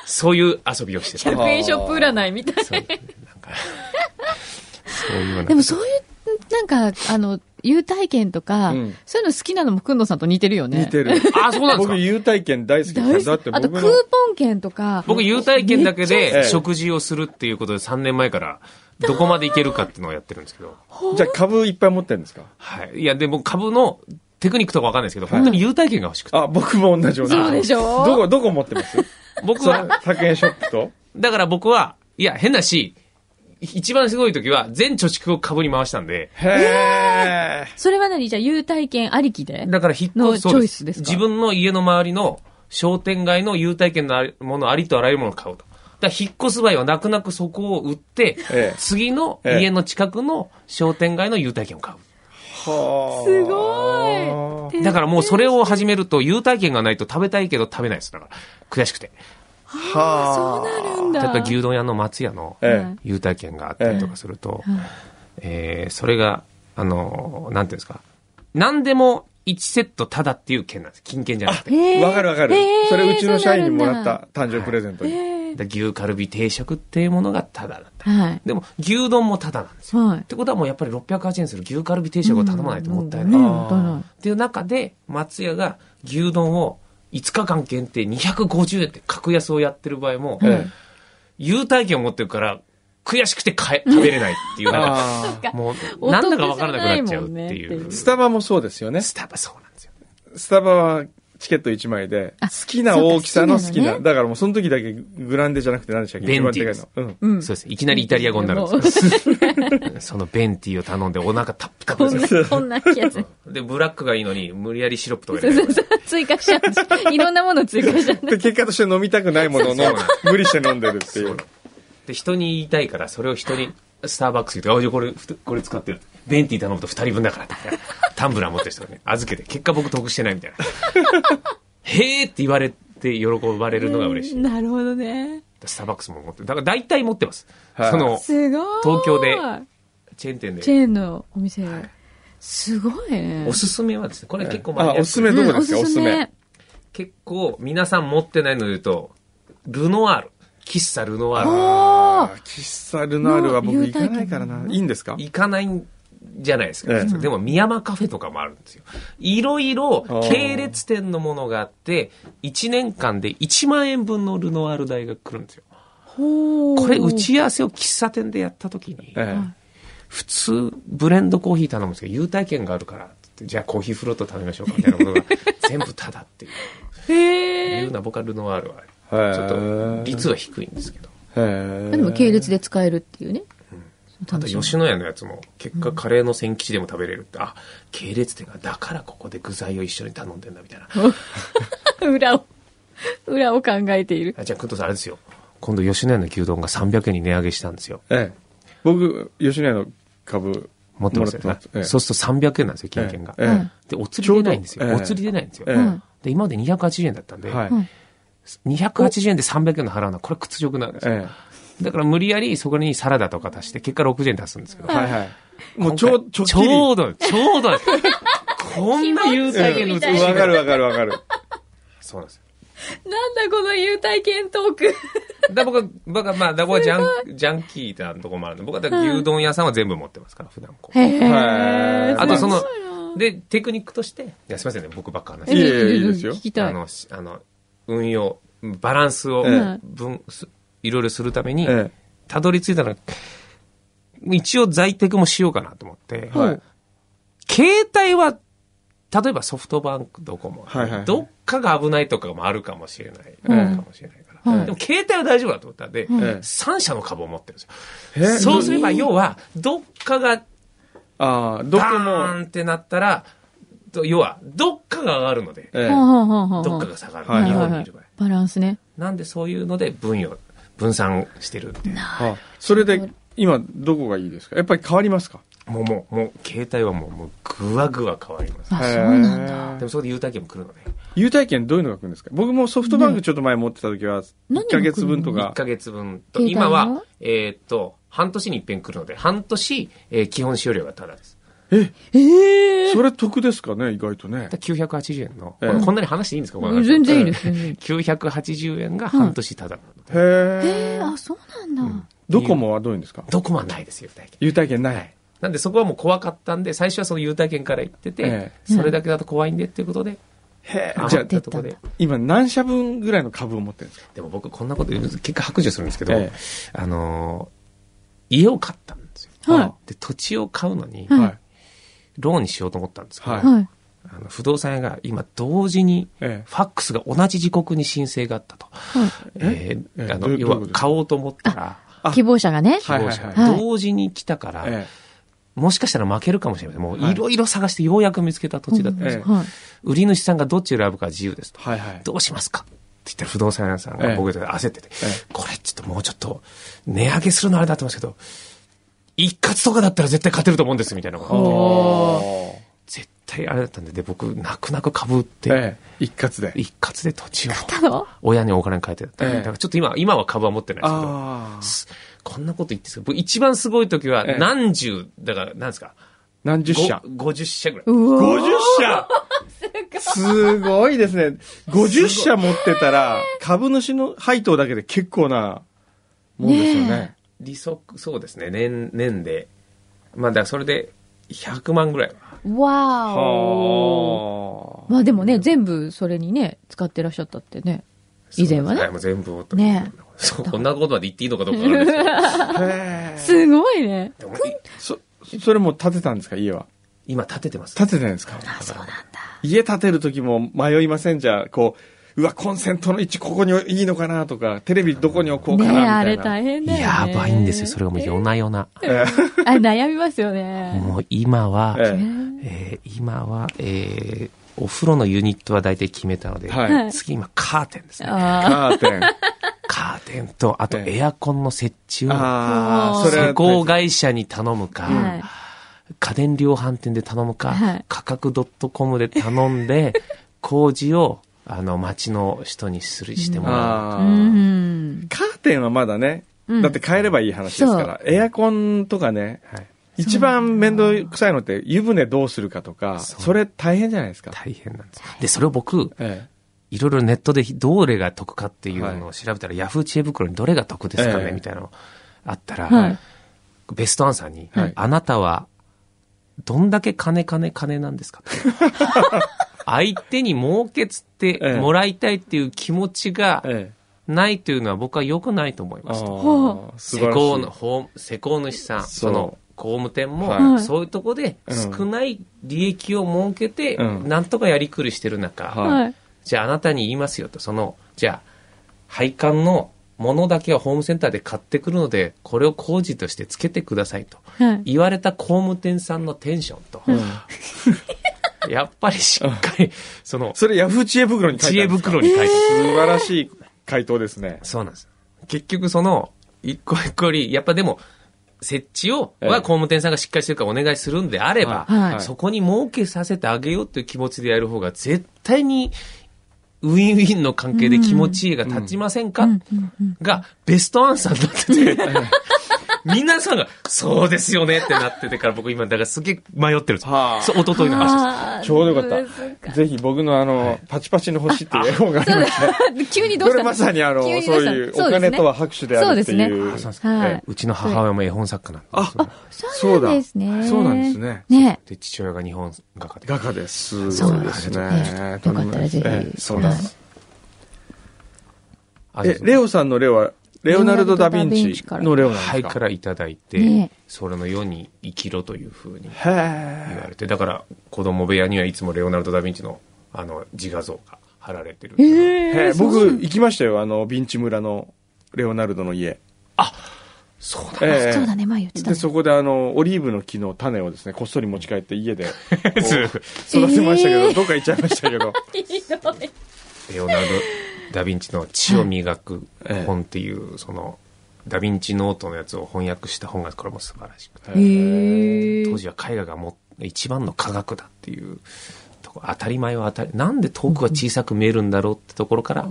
そういう遊びを してた。
100円ショップ占いみたい。
そうなんか、そういうような。
でもそういう、なんか、あの、優待券とか、
うん
そういうの好きなのもくんどさんと似てるよね。
似てる
あ、そうなんです
僕
か
優待券大好き
大
ですだ
好
って
き。あと、
僕
クーポ
の
ン券とか。
僕、優待券だけ
めっ
ええ
で食事をするっていうことで3年前から、どこまでいけるかっていうのをやってるんですけど。
じゃあ株いっぱい持ってるんですか
はい。いや、でも株のテクニックとかわかんないですけど、本当に優待券が欲しくて。
あ僕も同じような
そうでしょ
どこどこ持ってます
僕
そ
は
の、100円ショップと
だから僕は、いや、変だし、一番すごい時は、全貯蓄を株に回したんで、
へえ
それは何じゃあ優待券ありきで
だから引っ越
の
そう
チョイスですか
自分の家の周りの商店街の優待券のありものありとあらゆるものを買うと。だから引っ越す場合は泣く泣くそこを売って、
ええ
次の
ええ
家の近くの商店街の優待券を買う。
すご
い
い。
だからもうそれを始めると優待券がないと食べたいけど食べないです。だから悔しくて。
そう
はあ
なるんだ。
やっぱ牛丼屋の松屋の
ええ
優待券があったりとかすると、えーそれが、あのーなんていうんですか。何でも1セットただっていう券なんです。金券じゃなくて。
へー
わかるわかる
へー
それうちの社員にもらっ
そう
た誕生日プレゼントに
なんだ。
だ牛カルビ定食っていうものがタダだった。
はい。
でも、牛丼もタダなんですよ。
はい
っ。てことはもうやっぱり680円する牛カルビ定食を頼まないともったい
うん
ない。っ
もったいない
ていう中で、松屋が牛丼を5日間限定250円って格安をやってる場合も、
え
優待券を持ってるから、悔しくて買え、食べれないっていう、
え
なんか、
ああ
も
お得
う、なんだかわからなくなっちゃうって
じゃないも
い
んねっていう
う。
スタバもそうですよね
スタバそうなんですよ。
スタバはチケット1枚で
あ
好きな大きさの好
そうか
き
好
な
きなのね
だからもうその時だけグランデじゃなくて何でしたっけ
ベ
一
ン
番
ティ
でかいのうん
うん。
そうです。いきなりイタリア語になるんです よ。そのベンティーを頼んでお腹タップタ
こ
プ
ん
で
な
す。、
こんなやつ。
で、ブラックがいいのに、無理やりシロップとか
そう
入れ
そ
て
うそう。追加しちゃうんです。いろんなものを追加しちゃ う。
で結果として飲みたくないものの無理して飲んでるっていう
で、人に言いたいから、それを人に、スターバックス言って、あ、これ、ふたこれ使ってる。ベンティー頼むと二人分だから。タンブラー持ってる人が ね、預けて、結果僕得してないみたいな。へーって言われて、喜ばれるのが嬉しい。
なるほどね。
スターバックスも持ってる。だから大体持ってます。
はい
その、
すごい。
東京でチェーン店
チ
で。
ェーンのお店。すごいね。
おすすめはですね、これ結構マニアッ
あ
クで
おすすめどこですか
うん
おすすめ。
結構皆さん持ってないので言うと、ルノワール。喫茶ルノワール。
あ
あー喫茶ルナールは僕
の
行かないからな。いいんですか
行かないんじゃないですか。
ええ
実はでも、宮間カフェとかもあるんですよ。いろいろ系列店のものがあって、1年間で1万円分のルノワール代が来るんですよ。
ほー
これ、打ち合わせを喫茶店でやった時に、
え
普通、ブレンドコーヒー頼むんですけど、優待券があるからって言って、じゃあコーヒーフロート頼みましょうかみたいなことが、全部タダっていう。
へ
いう
ー
のは僕はルノワールは、
え。
ちょっと
へえ
率は低いんですけど。
へへ
でも系列で使えるっていうね。
あと吉野家のやつも、結果カレーの千吉でも食べれるって、あ、系列店が、だからここで具材を一緒に頼んでんだみたいな。
裏を、裏を考えている。
あじゃあ、くんとさんあれですよ。今度吉野家の牛丼が300円に値上げしたんですよ。
ええ。僕、吉野家の株
持ってますよ
もら
ね
って。ます
そうすると300円なんですよ、金券が。
ええ
で、お釣り出ないんです
ちょう
よ。
ど
お釣り出ないんですよ
ええ。
ん
で、今まで280円だったんで、
はい。
280円で300円の払うのは、これ屈辱なんですよ。
え
だから無理やりそこにサラダとか足して、結果60円足すんですけど
え。。はいはい。もうちょう、ちょっ
ち
きり。
ょうど、ちょう ど、こんな優待券の美しい
わかるわかるわかる。
そうなんですよ。
なんだこの優待券トーク。
だ僕は、僕は、まあ、だ僕はジャン、ジャンキーなとこもあるんで、僕はだから牛丼屋さんは全部持ってますから、普段こう。
へ
はい
ー
あとその
すごいな
で、テクニックとして、いや、すみませんね、僕ばっか話
え
い
し
えいえいいですよ
聞き
て。
た
あ
い。
の、しあの、運用、バランスを
ええ
分、すいろいろするために、
え
たどり着いたのは、一応在宅もしようかなと思って、
え。はい。
携帯は、例えばソフトバンク、ドコモ、
はいはいはい
どっかが危ないとかもあるかもしれない、
うん
あるかもしれないから、
はい
でも携帯は大丈夫だと思ったんで、
ん
え
3社の株を持ってるんですよ。
え。え
そうすれば、要は、どっかが
ああ、ど
バ
こ
ー
も、
ンってなったら、と要は、どっかが上がるので、
ええ
はあ。はあはあはあ
どっかが下がる。
はい
は
日
いは
本
い
に
はいい
る場合。
バランスね。
なんでそういうので分与、分散してるんで。
あそれで、今、どこがいいですかやっぱり変わりますか
もうもう、もう、携帯はもう、もう、ぐわぐわ変わります。
あ、そうなんだ。
へえ
でもそこで優待券も来るので、
優待券どういうのが来るんですか僕もソフトバンクちょっと前持ってた時は、
何
1ヶ月分と
1
か。
ヶ月分と、
携帯の
今は、えーっと、半年に一遍来るので、半年、えー基本使用料がタダです。
え、
ええ
それ得ですかね意外とね
だ。から980円の、
ええ
こんなに話していいんですかこの話
全然いいです、全然いい。
980円が半年タダなので、
へ
ええ
え。
あ、そうなんだ。
ドコモはどういうんですか
どこもはないです、優待券。
優待券ない。
なんでそこはもう怖かったんで、最初はその優待券から行ってて、
え
それだけだと怖いんでっていうことで、
へえ。
余
じゃ
っ
あ、
たとこで。
今何社分ぐらいの株を持ってるんですか
でも僕こんなこと言うと結果白状するんですけど、
ええ
あのー家を買ったんですよ。
は
で、土地を買うのに、
はい。
はい。
ローンにしようと思ったんですけど、
はい
はい。
あの不動産屋が今同時に、
ええ
ファックスが同じ時刻に申請があったと。えー
ええ
あ
ど
の、
ういう
要
どうい
は
うことですか
買おうと思ったら、
あ
希望者がね。
希
希
はい
望者
はい
は
が
い
同時に来たから、
え
もしかしたら負けるかもしれません。も
は
う
い
いろいろ探してようやく見つけた土地だったんですよ
ええ
はい。
売り主さんがどっちを選ぶか自由ですと。
はいはい。
どうしますかって言ったら不動産屋さん
え
が
え
僕で焦ってて、
え
これちょっともうちょっと値上げするのあれだと思うんですけど、一括とかだったら絶対勝てると思うんですみたいなこと
ほうお
絶対あれだったんで、で僕泣く泣く株売って、
ええ、一括で。
一括で土地を
たの
親にお金返ってだった。
ええ
だからちょっと今、今は株は持ってないですけど、
ああ。
すこんなこと言ってたんですけど僕一番すごい時は
ええ
何十、だから何ですか
何十社。
ご ?50 社ぐらい。
うわ
50社す ごいですね。50社持ってたら、株主の配当だけで結構なもんですよね。
利息、そうですね、年、年で。まあ、だからそれで100万ぐらいは。
わお。
は
まあでもね、全部それにね、使ってらっしゃったってね。以前は
はい、
ね。
もう全部男
ね
そうこんなことまで言っていいのかどうかわかんないですけど
あ。へえ。
すごいね。
でもい
そ、それも建てたんですか家は。
今建ててます。
建ててないんですか
あ、そうなんだ。
家建てる時も迷いませんじゃあ、こう、うわ、コンセントの位置ここにいいのかなとか、テレビどこに置こうか
ね
なみ
え、
た
あれ
いな。
大変だよね。
やばいんですよ。それがもう夜な夜な。
あれ悩みますよね。
もう今は、
え
えー今は、えーお風呂のユニットは大体決めたので、
はい
次今カーテンですね。
あ
カーテン。
カーテンと、あと
ええ
エアコンの設置を、
あ
も
あ、
う
それ
施
は
工会社に頼むか、
あ。はい。
家電量販店で頼むか、
はい
価格 .com で頼ん で、工事を、あの、町の人にする、してもらう。
う
あー
ん。
カーテンはまだね、
うん
だって変えればいい話ですから、エアコンとかね、
はい
一番面倒くさいのって湯船どうするかとか、
そう
それ大変じゃないですか。
大変なんです。で、それを僕、
え
いろいろネットでどれが得かっていうのを調べたら、ヤフー知恵袋にどれが得ですかね、
ええ
みたいなのあったら、
はい
ベストアンサーに、
はい
あなたは、どんだけ金金金なんですか 相手に儲けつってもらいたいっていう気持ちが
え。ええ。
ないというのは僕は良くないと思い
あ
ますと。
ほ
あ、素晴
施
らし
工の、
い。
法施工主さん、
そ
そうの、工務店も、
はい
そういうとこで
うん
少ない利益を設けて、
うん
なんとかやりくりしてる中、
はい
はい。
じゃああなたに言いますよと、その、じゃあ、配管の物だけはホームセンターで買ってくるので、これを工事としてつけてくださいと。
はい
言われた工務店さんのテンションと。やっぱりしっかり、その、
それヤフー知恵袋に書い
知
てあ
恵
るんですか
袋に書いてある。
素晴らしい回答ですね。
そうなんです。結局その、一個一個より、やっぱでも、設置を、
ええ
は工務店さんがしっかりしてるからお願いするんであれば、
はいはい
そこに儲けさせてあげようという気持ちでやる方が、絶対に、ウィンウィンの関係で気持ちいいが立ちませんか、
うんうんうん
が、ベストアンサーになってて、皆さんが、そうですよねってなっててから、僕今、だからすげえ迷ってるんですよ。
はあ
そう、一昨日の話です。
あー
ちょうどよか
そ
った。ぜひ僕のあの、パチパチの星っていう絵本がありました。
う 急にどうし
こ
た
れまさにあの、そう
急にどした
いうお金とは拍手であるって
そう
いう。
あそうなんです
そうですねは
え
い。
うちの母親も絵本作家なんで
あ、
そうなんですね。
そうなんですね。
ね
で、父親が日本画家で。
画家です。す
そ
ご
う
い
で
ですす
ね
ね。
よかったらぜひ
ええそうなんです。
あ
え、レオさんのレオは、レオナルド・ダ・ヴィンチのレオなん
は
で
い
すか
からいただいて、
ね
それの世に生きろというふうに
へ
言わ
え。
れて、だから子供部屋にはいつもレオナルド・ダ・ヴィンチのあの自画像が貼られてる。
へ
え
え僕、行きましたよ。あの、ヴィンチ村のレオナルドの家。
そうだ。
ええ
そうだね、前言ってた
で、
ね。
そこであの、オリーブの木の種をですね、こっそり持ち帰って家で
そう
育てましたけ
え
ど、
え
どっか行っちゃいましたけど。
レオナルド・ダ・ヴィンチの血を磨く
ええ
本っていう、その、ダ・ヴィンチノートのやつを翻訳した本がこれも素晴らしくて、
へー
当時は絵画がも一番の科学だっていうとこ当たり前は当たりなんで遠くは小さく見えるんだろうってところから、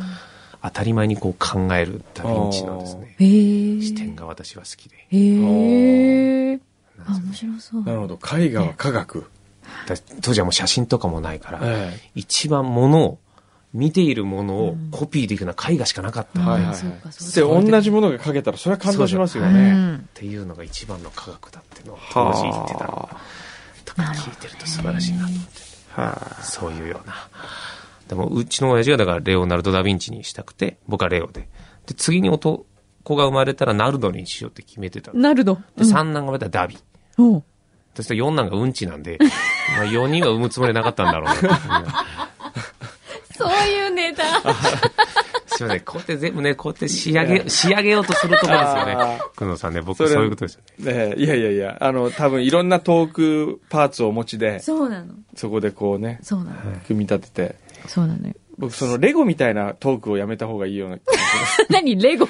当たり前にこう考えるダ・ヴィンチのですね
へー
視点が私は好きで
へーあ、面白そう。
なるほど。絵画は科学。
だ当時はもう写真とかもないから、
え
一番ものを見ているものをコピーできるのは絵画しかなかった
え。
んで、
はいは
っ
いはい。
そうか
で、
そ
同じものが描けたら、それは感動しますよ
う
ね。
ん。
ていうのが一番の科学だっていうのを当時言ってたの
は
とか聞いてると素晴らしいなと思って。
あ。はあ。
そういうような。でも、うちの親父がだからレオナルド・ダ・ヴィンチにしたくて、僕はレオで。で、次に男が生まれたらナルドにしようって決めてた。で、
なるど。
三男が生まれたらダビ。
うん。
そして四男がうんちなんで、まあ4人は産むつもりなかったんだろうな。
そういうネタ。
すいません。こうやって全部ね、こうやって仕上げ、仕上げようとするところですよね
あ。
久野さんね、僕
それ
そういうことですよね。
ねえ、いやいやいや、あの、多分いろんなトークパーツをお持ちで、
そうなの。
そこでこうね、
そうなの。
組み立てて、
そうなのよ。
僕そのレゴみたいなトークをやめた方がいいような気がす
何レゴ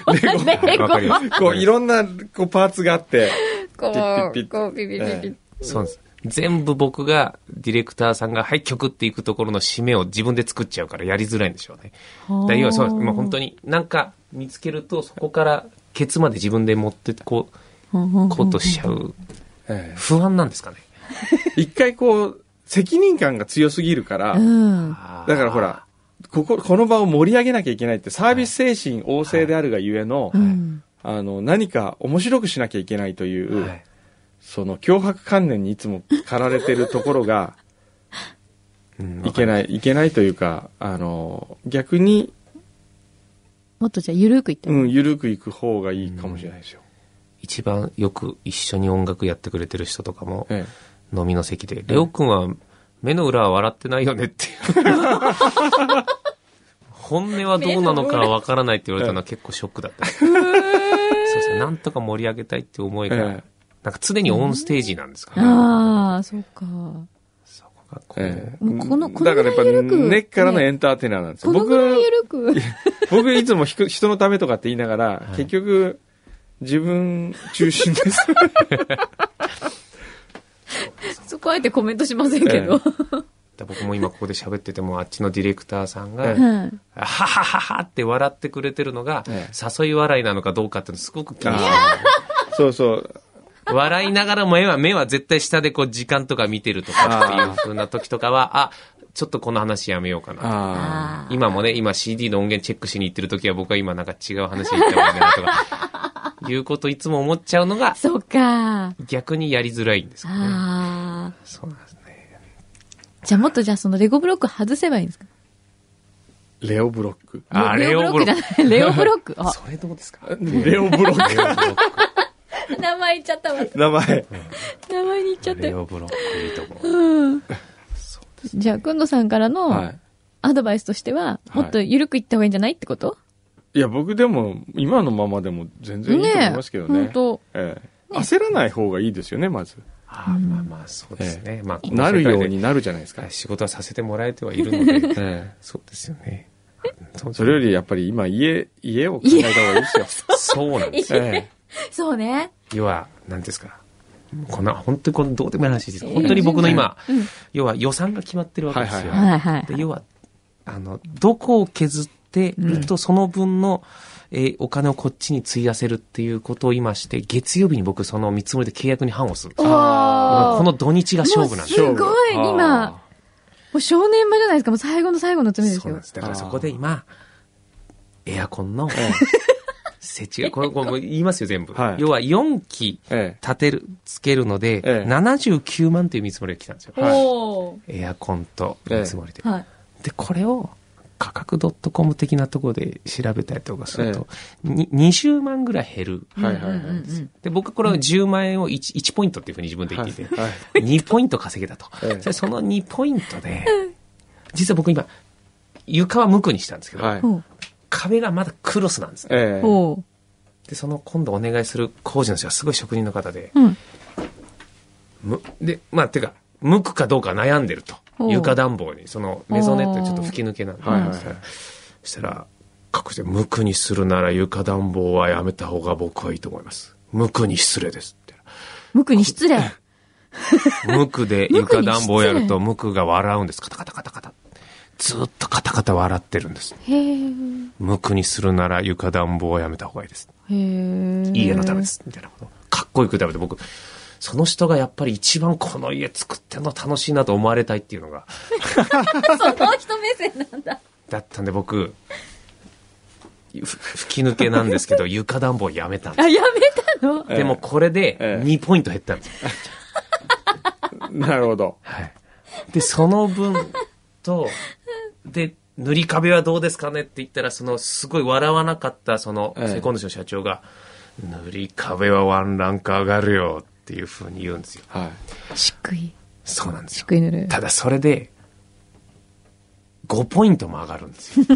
レゴ
わかりま
る。こう、いろんなこうパーツがあって、
こ
ピッピッピッ
う、こう、ピピピピ。
そうです。全部僕が、ディレクターさんが、はい、曲っていくところの締めを自分で作っちゃうからやりづらいんでしょうね。だから要はそうです。まあ本当になんか見つけると、そこからケツまで自分で持ってこう、こうとしちゃう。
え
不安なんですかね。
え一回こう、責任感が強すぎるから
う、ん。
だ
だからほら、、ここ、この場を盛り上げなきゃいけないってサービス精神旺盛であるがゆえの、
うん。
あの、何か面白くしなきゃいけないという、
はい
その脅迫観念にいつも 駆られてるところが、
うん
いけない、いけないというか、あの、逆に、
もっとじゃあ、ゆるくいった
うん、ゆるくいく方がいいかもしれないですよ。
一番よく一緒に音楽やってくれてる人とかも、
え
飲みの席で、レオ君は目の裏は笑ってないよねっていう。 本音はどうなのかわからないって言われたのは結構ショックだった。そうですね。なんとか盛り上げたいって思いが、
ええ
なんか常にオンステージなんですかね。
ああ、そうか。
そこがこ
え
う、
ええ
もうこの
うん
このぐらい
だからやっ
緩
ぱ
く
根っからのエンターテイナーなんですよ。
このぐらいゆる
僕、
く。
僕いつもひく人のためとかって言いながら、
い
結局、自分中心です。
そこあえてコメントしませんけど。
だから僕も今ここで喋ってても、あっちのディレクターさんが、
ええ
はい。
ははははって笑ってくれてるのが、
ええ
誘い笑いなのかどうかっていうのすごく気にして
あーそうそう。
笑いながらも目は、目は絶対下でこう時間とか見てるとかっていう風な時とかは、あ、ちょっとこの話やめようかな。
あ
あ
ー
今もね、今 CD の音源チェックしに行ってる時は僕は今なんか違う話に行った方がいいなとか、 いうこといつも思っちゃうのが
そうか。
逆にやりづらいんですよね。
ああ。
そうなんですね。
じゃあもっとじゃあそのレゴブロック外せばいいんですか
ーレオブロック。
あー
じゃない。レオブロック。あ、
それどうですか
レオブロッ
レオブロッ
名前言っちゃったわ。
ク。名前。
名前に言っちゃっ
ク。
た
レ
よ。
オブロックいいと思 う。
うん。じゃあ、くんどさんからの
い。
アドバイスとしては、
はい
もっと緩くいった方がいいんじゃないってこと
いや、僕でも、今のままでも全然いいと思いますけどね。
本当
ええ焦らない方がいいですよね、まず。
あーまあまあ、そうですね。まあ、この
なるように
世
なるじゃないですか
界で。仕事はさせてもらえてはいるの で、
ええ
そうですよね。
それよりやっぱり今、家、家を考えた方がいいですよ。
そうなんですよ。
え
そうね。
要は、なんていうんですか。こんな、本当にこのどうでもいい話です。本当に僕の今、要は予算が決まってるわけですよ。
はい
はいはい
で要は、あの、どこを削ってると、その分の、えーお金をこっちに費やせるっていうことを今して、月曜日に僕、その見積もりで契約に判をするんです
おー
この土日が勝負なんです
も
よ。
うすごい、
勝負
今、も
あ
う正念場じゃないですか。もう最後の最後の詰めです
そうな
よ
んで。す。だからそこで今、エアコンの、設置が、これ、これもう言いますよ、全部。
はい
要は4期
え
立てる、つけるので、
ええ
79万という見積もりが来たんですよ。
はい
お
エアコンと見積もりで。
ーはい。
で、これを価格 .com 的なところで調べたりとかすると、に20万ぐらい減る。
えはいはいはい。
うんうんうん
で、僕これは10万円を 1, 1ポイントっていうふうに自分で言っていて、
はいは い
2ポイント稼げたと。
ええ
それその2ポイントで、実は僕今、床は無垢にしたんですけど、
はい。
ほう
壁がまだクロスなんですね。
ええ
ほ
で、その今度お願いする工事の人はすごい職人の方で、
う。うん。
むで、まあ、てか、向くかどうか悩んでると。
おう
床暖房に、その、メゾネットでちょっと吹き抜けなんで、
はいはいはい
そしたらそしたら、隠して、無垢にするなら床暖房はやめた方が僕はいいと思います。無垢に失礼ですって。
無垢に失礼。
無垢 で
無垢
床
に
暖
失礼
房やると無垢が笑うんです。カタカタカタカタ。ずーっとカタカタ笑ってるんです。
へえ。
無垢にするなら床暖房はやめた方がいいです。
へえ。
家のためで。す。みたいなこと。かっこよく食べて、僕、その人がやっぱり一番この家作ってんの楽しいなと思われたいっていうのが、
その人目線なんだ。
だったんで僕、ふ吹き抜けなんですけど、床暖房やめたんで
あ、やめたの
す。でもこれで
ええ
2ポイント減ったんですよ。
なるほど。
はい。で、その分と、で、塗り壁はどうですかねって言ったら、その、すごい笑わなかった、その、
ええ
セコンド社の社長が、塗り壁はワンランク上がるよっていう風に言うんですよ。
はい。
しっくい。
そうなんです
し
よ
っ。くい塗る。
ただそれで、5ポイントも上がるんですよ。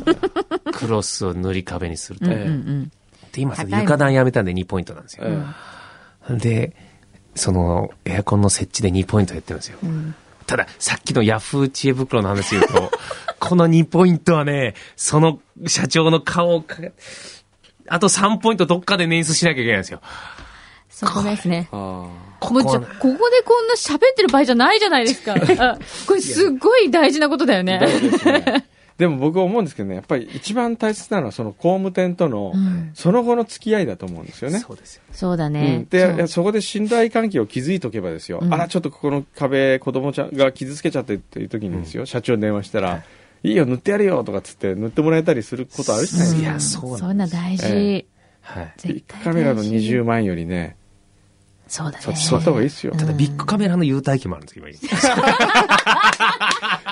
クロスを塗り壁にすると。
うんう
ええ
ん
で、今、その
高いもん
床暖やめたんで2ポイントなんですよ。
え
で、その、エアコンの設置で2ポイント減ってるんですよ。ただ、さっきのヤフー知恵袋の話で言うと、 この2ポイントはね、その社長の顔をかけ、あと3ポイントどっかで捻出しなきゃいけないんですよ。
そこですね。
あ
もうちょ、ここでこんな喋ってる場合じゃないじゃないです か。あこれすっごい大事なことだよ
あ。大
ね。
事ですね。でも僕思うんですけどね、やっぱり一番大切なのはその工務店との
うん、
その後の付き合いだと思うんですよね。
そうですよ。
そうだ
うん
ね。
でそこで信頼関係を築いとけばですよ、
うん
あら、ちょっとここの壁、子供ちゃんが傷つけちゃってっていう時にですよ、社長に電話したら、いいよ、塗ってやるよとかっつって、塗ってもらえたりすることあるじゃないですか
いやそうなんです
そんな大
え
事。
はい。
絶対大事
カメラの20万円よりね、
そうだね。
そっち座った方がいいですよ。
ただ、ビッグカメラの優待機もあるんですよ、今。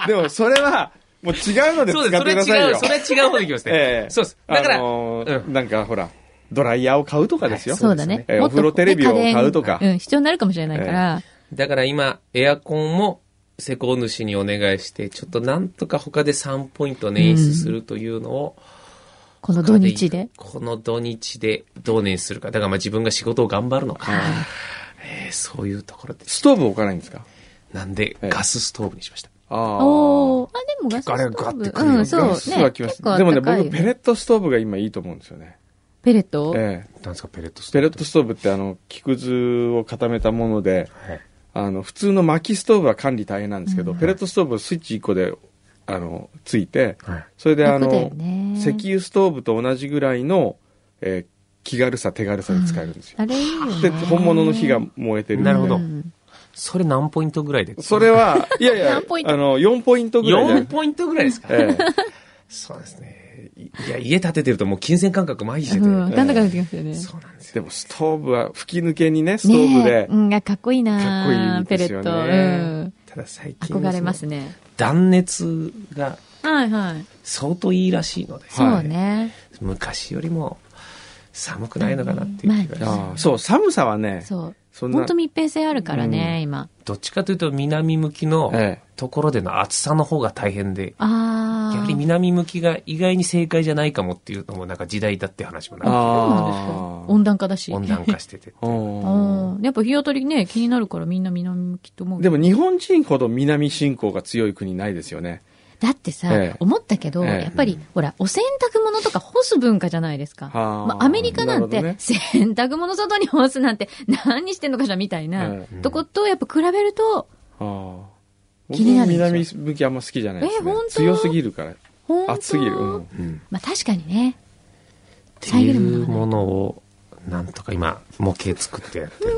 でも、それは、もう違うので使
そ
っ
うです、
て
そ
く
れ
ださい
違う、
よ。
それ違う方でいきますね。
ええ
そうです。だから、
あのー
うん
なんかほら、ドライヤーを買うとかですよ。
は
そうだね。
えー
も
お
っと
風呂テレビを買うと
ね家
か
電うん、必要になるかもしれないから。
だから今、エアコンも、施工主にお願いして、ちょっとなんとか他で3ポイント捻出するというのを、
この土日で。
この土日でどう捻出するか。だからまあ自分が仕事を頑張るのか。えーそういうところで。
ストーブ置かないんですか
なんで、
ええ
ガスストーブにしました。
ああ
おおー。あ、でもガスス
結構
ト
あれはガッて
ー
くるよ
ブ。うん、
ガス
そうね。
ガスは来ます
結構あ
でもね、
高いよ
僕、ペレットストーブが今いいと思うんですよね。
ペレット
ええ
なんですか、ペレットスト
ペ
ー
レ
ブ
ットストーブって、あの、木くずを固めたもので、
はい。
あの、普通の薪ストーブは管理大変なんですけど、ペレットストーブはスイッチ1個で、あの、ついて、
はい。
それであ
楽だよ
の、
ね
石油ストーブと同じぐらいの、えー気軽さ、手軽さで使えるんですよ。
あれいいよね。
で、本物の火が燃えてるんで
なるほど
うん
それ何ポイントぐらいで
それは、 いやいや、あ
何ポイント
の、4ポイントぐらいじゃな
?4
い
ポイントぐらいですか、
え
そうですね。いいや、家建ててるともう金銭感覚麻痺してて。
うん、わかんなくなってきますよね。
そうなんです
え
よ。
でも、ストーブは吹き抜けにね、ストーブ
ね
で
え、うん、あかっこいいな
かっこいいですよね
ペレッ
ただ最
ト。
近
う
の
ん。憧れますね。
断熱が
はいはい。
相当いいらしいので、
そうね。
昔よりも寒くないのかなっていう気がし
ま
ます
ああそう、寒さはね、
そう。
そんな
本当密閉性あるからね、今。
どっちかというと南向きの
ええ
ところでの暑さの方が大変で、
ああ。
逆に南向きが意外に正解じゃないかもっていうのもなんか時代だって話もな
あ
んか
そうなんですか温暖化だし。
温暖化してて。
うん
うんやっぱ日当たりね、気になるからみんな南向きと思う。
でも日本人ほど南信仰が強い国ないですよね。
だってさ、
ええ
思ったけど、
ええ
やっぱり、ほら、お洗濯物とか干す文化じゃないですか。
はあ
まあ、アメリカなんて、
なるほ
洗濯物外に干すなんて、何してんのかしらみたいな、
え
え
とこと、やっぱ比べると、
ああ。
気になる
僕
でしょ
南向きあんま好きじゃないです、ね。
え本当
強すぎるから。
本当
熱すぎる。うん。
うん
まあ、確かに
っ
ね。
て
遮
い
るもの
う
がない
ものを、なんとか今、模型作ってやってる。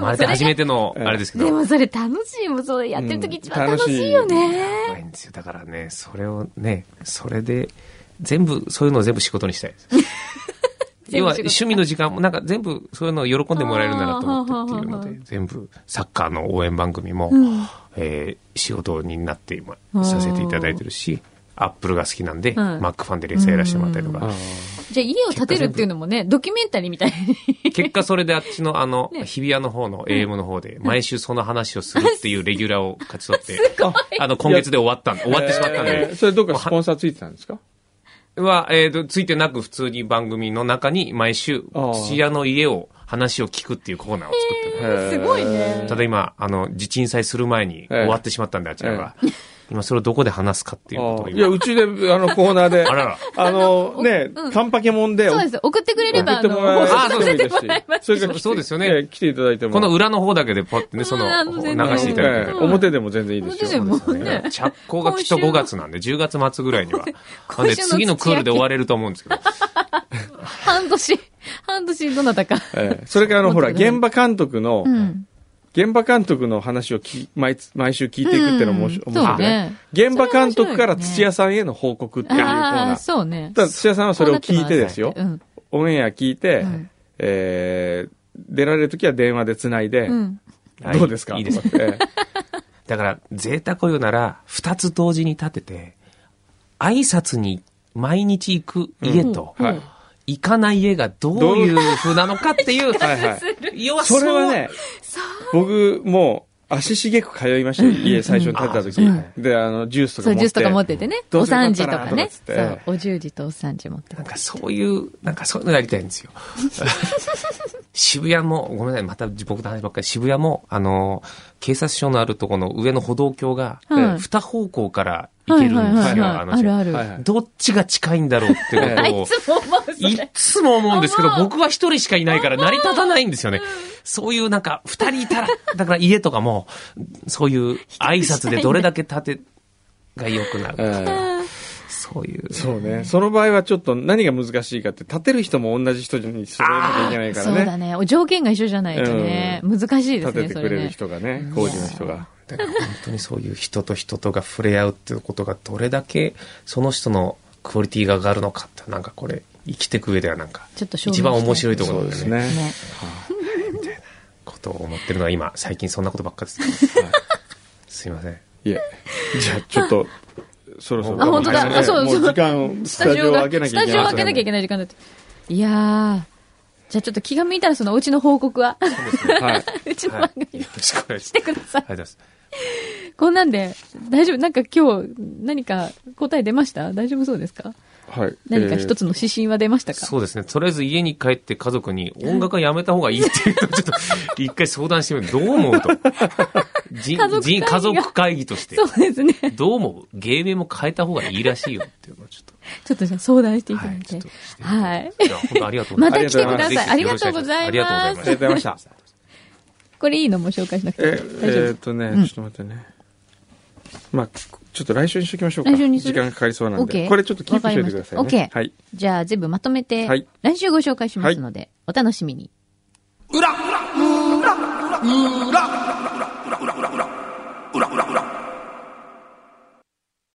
生
も
まれ
そ
て
れが
初めての、
ええ
あれですけ
で
ど。
もそれ楽しいもん、それやってる時一番
うん
楽しいよね。
怖いんですよ。だからね、それをね、それで、全部、そういうのを全部仕事にしたいです。
全
要
部
は
仕
趣
事
味の時間もなんか全部そういうのを喜んでもらえるんだなと思ってっていう
あーはーは
の
ー
で全部サッカーの応援番組も、
うん
えー仕事になって今させていただいてるしアップルが好きなんで、
はい
マックファンでレースやらせてもらったりと
あ
か
じゃあ家を建てるっていうのもね、ドキュメンタリーみたいに。
結果それであっちのあの
ね
日比谷の方の AM の方で毎週その話をするっていうレギュラーを勝ち取って あの今月で終わったん終わってしまったん
え
で
ーそれどっかスポンサーついてたんですか
は、えーと、ついてなく普通に番組の中に毎週、
ああ
土屋の家を話を聞くっていうコーナーを作ってる。
すごいね
ただ今、あの、地震災する前に終わってしまったんで、あちらが。今それをどこで話すかっていうことを
あー
今
いや、うちで、あの、コーナーで、
あらら。
あの、ね
うん、
カンパケモンで、
そうです。送ってくれれ
送
ば、
ってもらえ
あ
送
そうで
って
る
もらいます。
それから
そうですよね
えー来ていただいても。
この裏の方だけでパッてね、その、
うんあの
流
全然
していただい
え
て
ー
うん
表でも全然いいです
表で
よ。
も
そうですね
ね
着工がきっと5月なんで、10月末ぐらいには。な
今週の
んで、次のクールで終われると思うんですけど。
半年、半年どなたか。
えーそれからあの、ほら、現場監督の
う、ん。
現場監督の話をき毎つ毎週聞いていくっていうのも面白
うん
面白いね。現場監督から
それ面白いね
土屋さんへの報告っていうコー
あ
ナ
あ、
ー。
そうね。
ただ土屋さんはそれを聞いてですよ
う。ん。
オンエア聞いて、
うん
えー出られるときは電話で繋いで、
うん。
はい
どうですか
いいです
と。かって
だから、贅沢を言うなら、二つ同時に立てて、挨拶に毎日行く家と、
うんはい
行かない家がどういう風なのかっていう、
はいはい。
要は
それは
う
ね、僕、もう、足しげく通いましたよ。家最初に建てた時
うんうん。
で、あの、ジュースとか
そう、
持っ
ジュ
て。
ースとか持っててね。
ど
お
うするか
三
な
時とかね。
と
そ
かっつっ
う
て、
お十時とお三時持って
なんかそういう、なんかそういうのやりたいん ですよ。渋谷も、ごめんなさい、また僕の話ばっかり、渋谷も、あの、警察署のあるところの上の歩道橋が、
はい
二方向から行けるんですよ、あの
あるある。
はいはい
どっちが近いんだろうってこ
あ
と
い
を。
つも思う、そ
い
れ。
つも思うんですけど、
思う
僕は一人しかいないから成り立たないんですよね。そういうなんか、二人いたら、だから家とかも、そういう挨拶でどれだけ立てが良くなる
え
か、
ー
そういう。
そうね。その場合はちょっと何が難しいかって、建てる人も同じ人に揃えなきゃいけないか
そ
ら
う
ね。
だね。お条件が一緒じゃないとね。難しいです
建て
ね、
て
そ
く
れ
れる
ね。
人がね、工事の人が。
だから本当にそういう人と人とが触れ合うっていうことがどれだけその人のクオリティが上がるのかってなんかこれ生きていく上ではなんか
ちょっと証明
一番面白いとこ
そ
ろ
うで
ですす
ね
ね。
ね。
ことを思ってるのは今最近そんなことばっかです、
はい
すいません
いえ。じゃあ、ちょっと、そろそろ。
あ本当だ
はい
あ
そう
も
そう
時間を、スタジオを開けなきゃいけない。
スタジオを開けなきゃいけない時間だって。いやー。じゃあちょっと気が向いたらそのお家の報告は、
はい。
うちの番
は
組
いよろしくお願いし
来て
ます
くださ
あ。りが
い
とうございます
こんなんで、大丈夫なんか今日、何か答え出ました大丈夫そうですか
はい。
何か一
つ。
つの指針は出ましたか、
そうですねとりあえず家に帰って家族に音楽はやめた方がいいっていうのをちょっと一回相談してみるど う思うと人
家族会議
人
が
家族会議として
そうですね。ち
どう思う芸名も変えた方がいいらしいよっていうのをちょっと
ょっとじゃあ相談していた
は
だい
い、ちょっ
て。はい
と。してみますいや本当ありがとうござ
ま
います。
た来てください。あ
あ
り
り
が
が
と
と
う
う
ご
ご
ざ
ざ
い
います
ま
ありがとうございます
す。
ありがとうございました。
これいいのも紹介しなくて。大
え
丈
えーっ
夫。
とね、
うん
ちょっと待ってね。まあ、ちょっと来週にしときましょうか。
来週にする
時間かかりそうなんで。
OK
これちょっとキープしていてください
わかりま
ね
し。た
はい。
じゃあ全部まとめて、
はい
来週ご紹介しますので、お楽しみに。
裏裏裏裏裏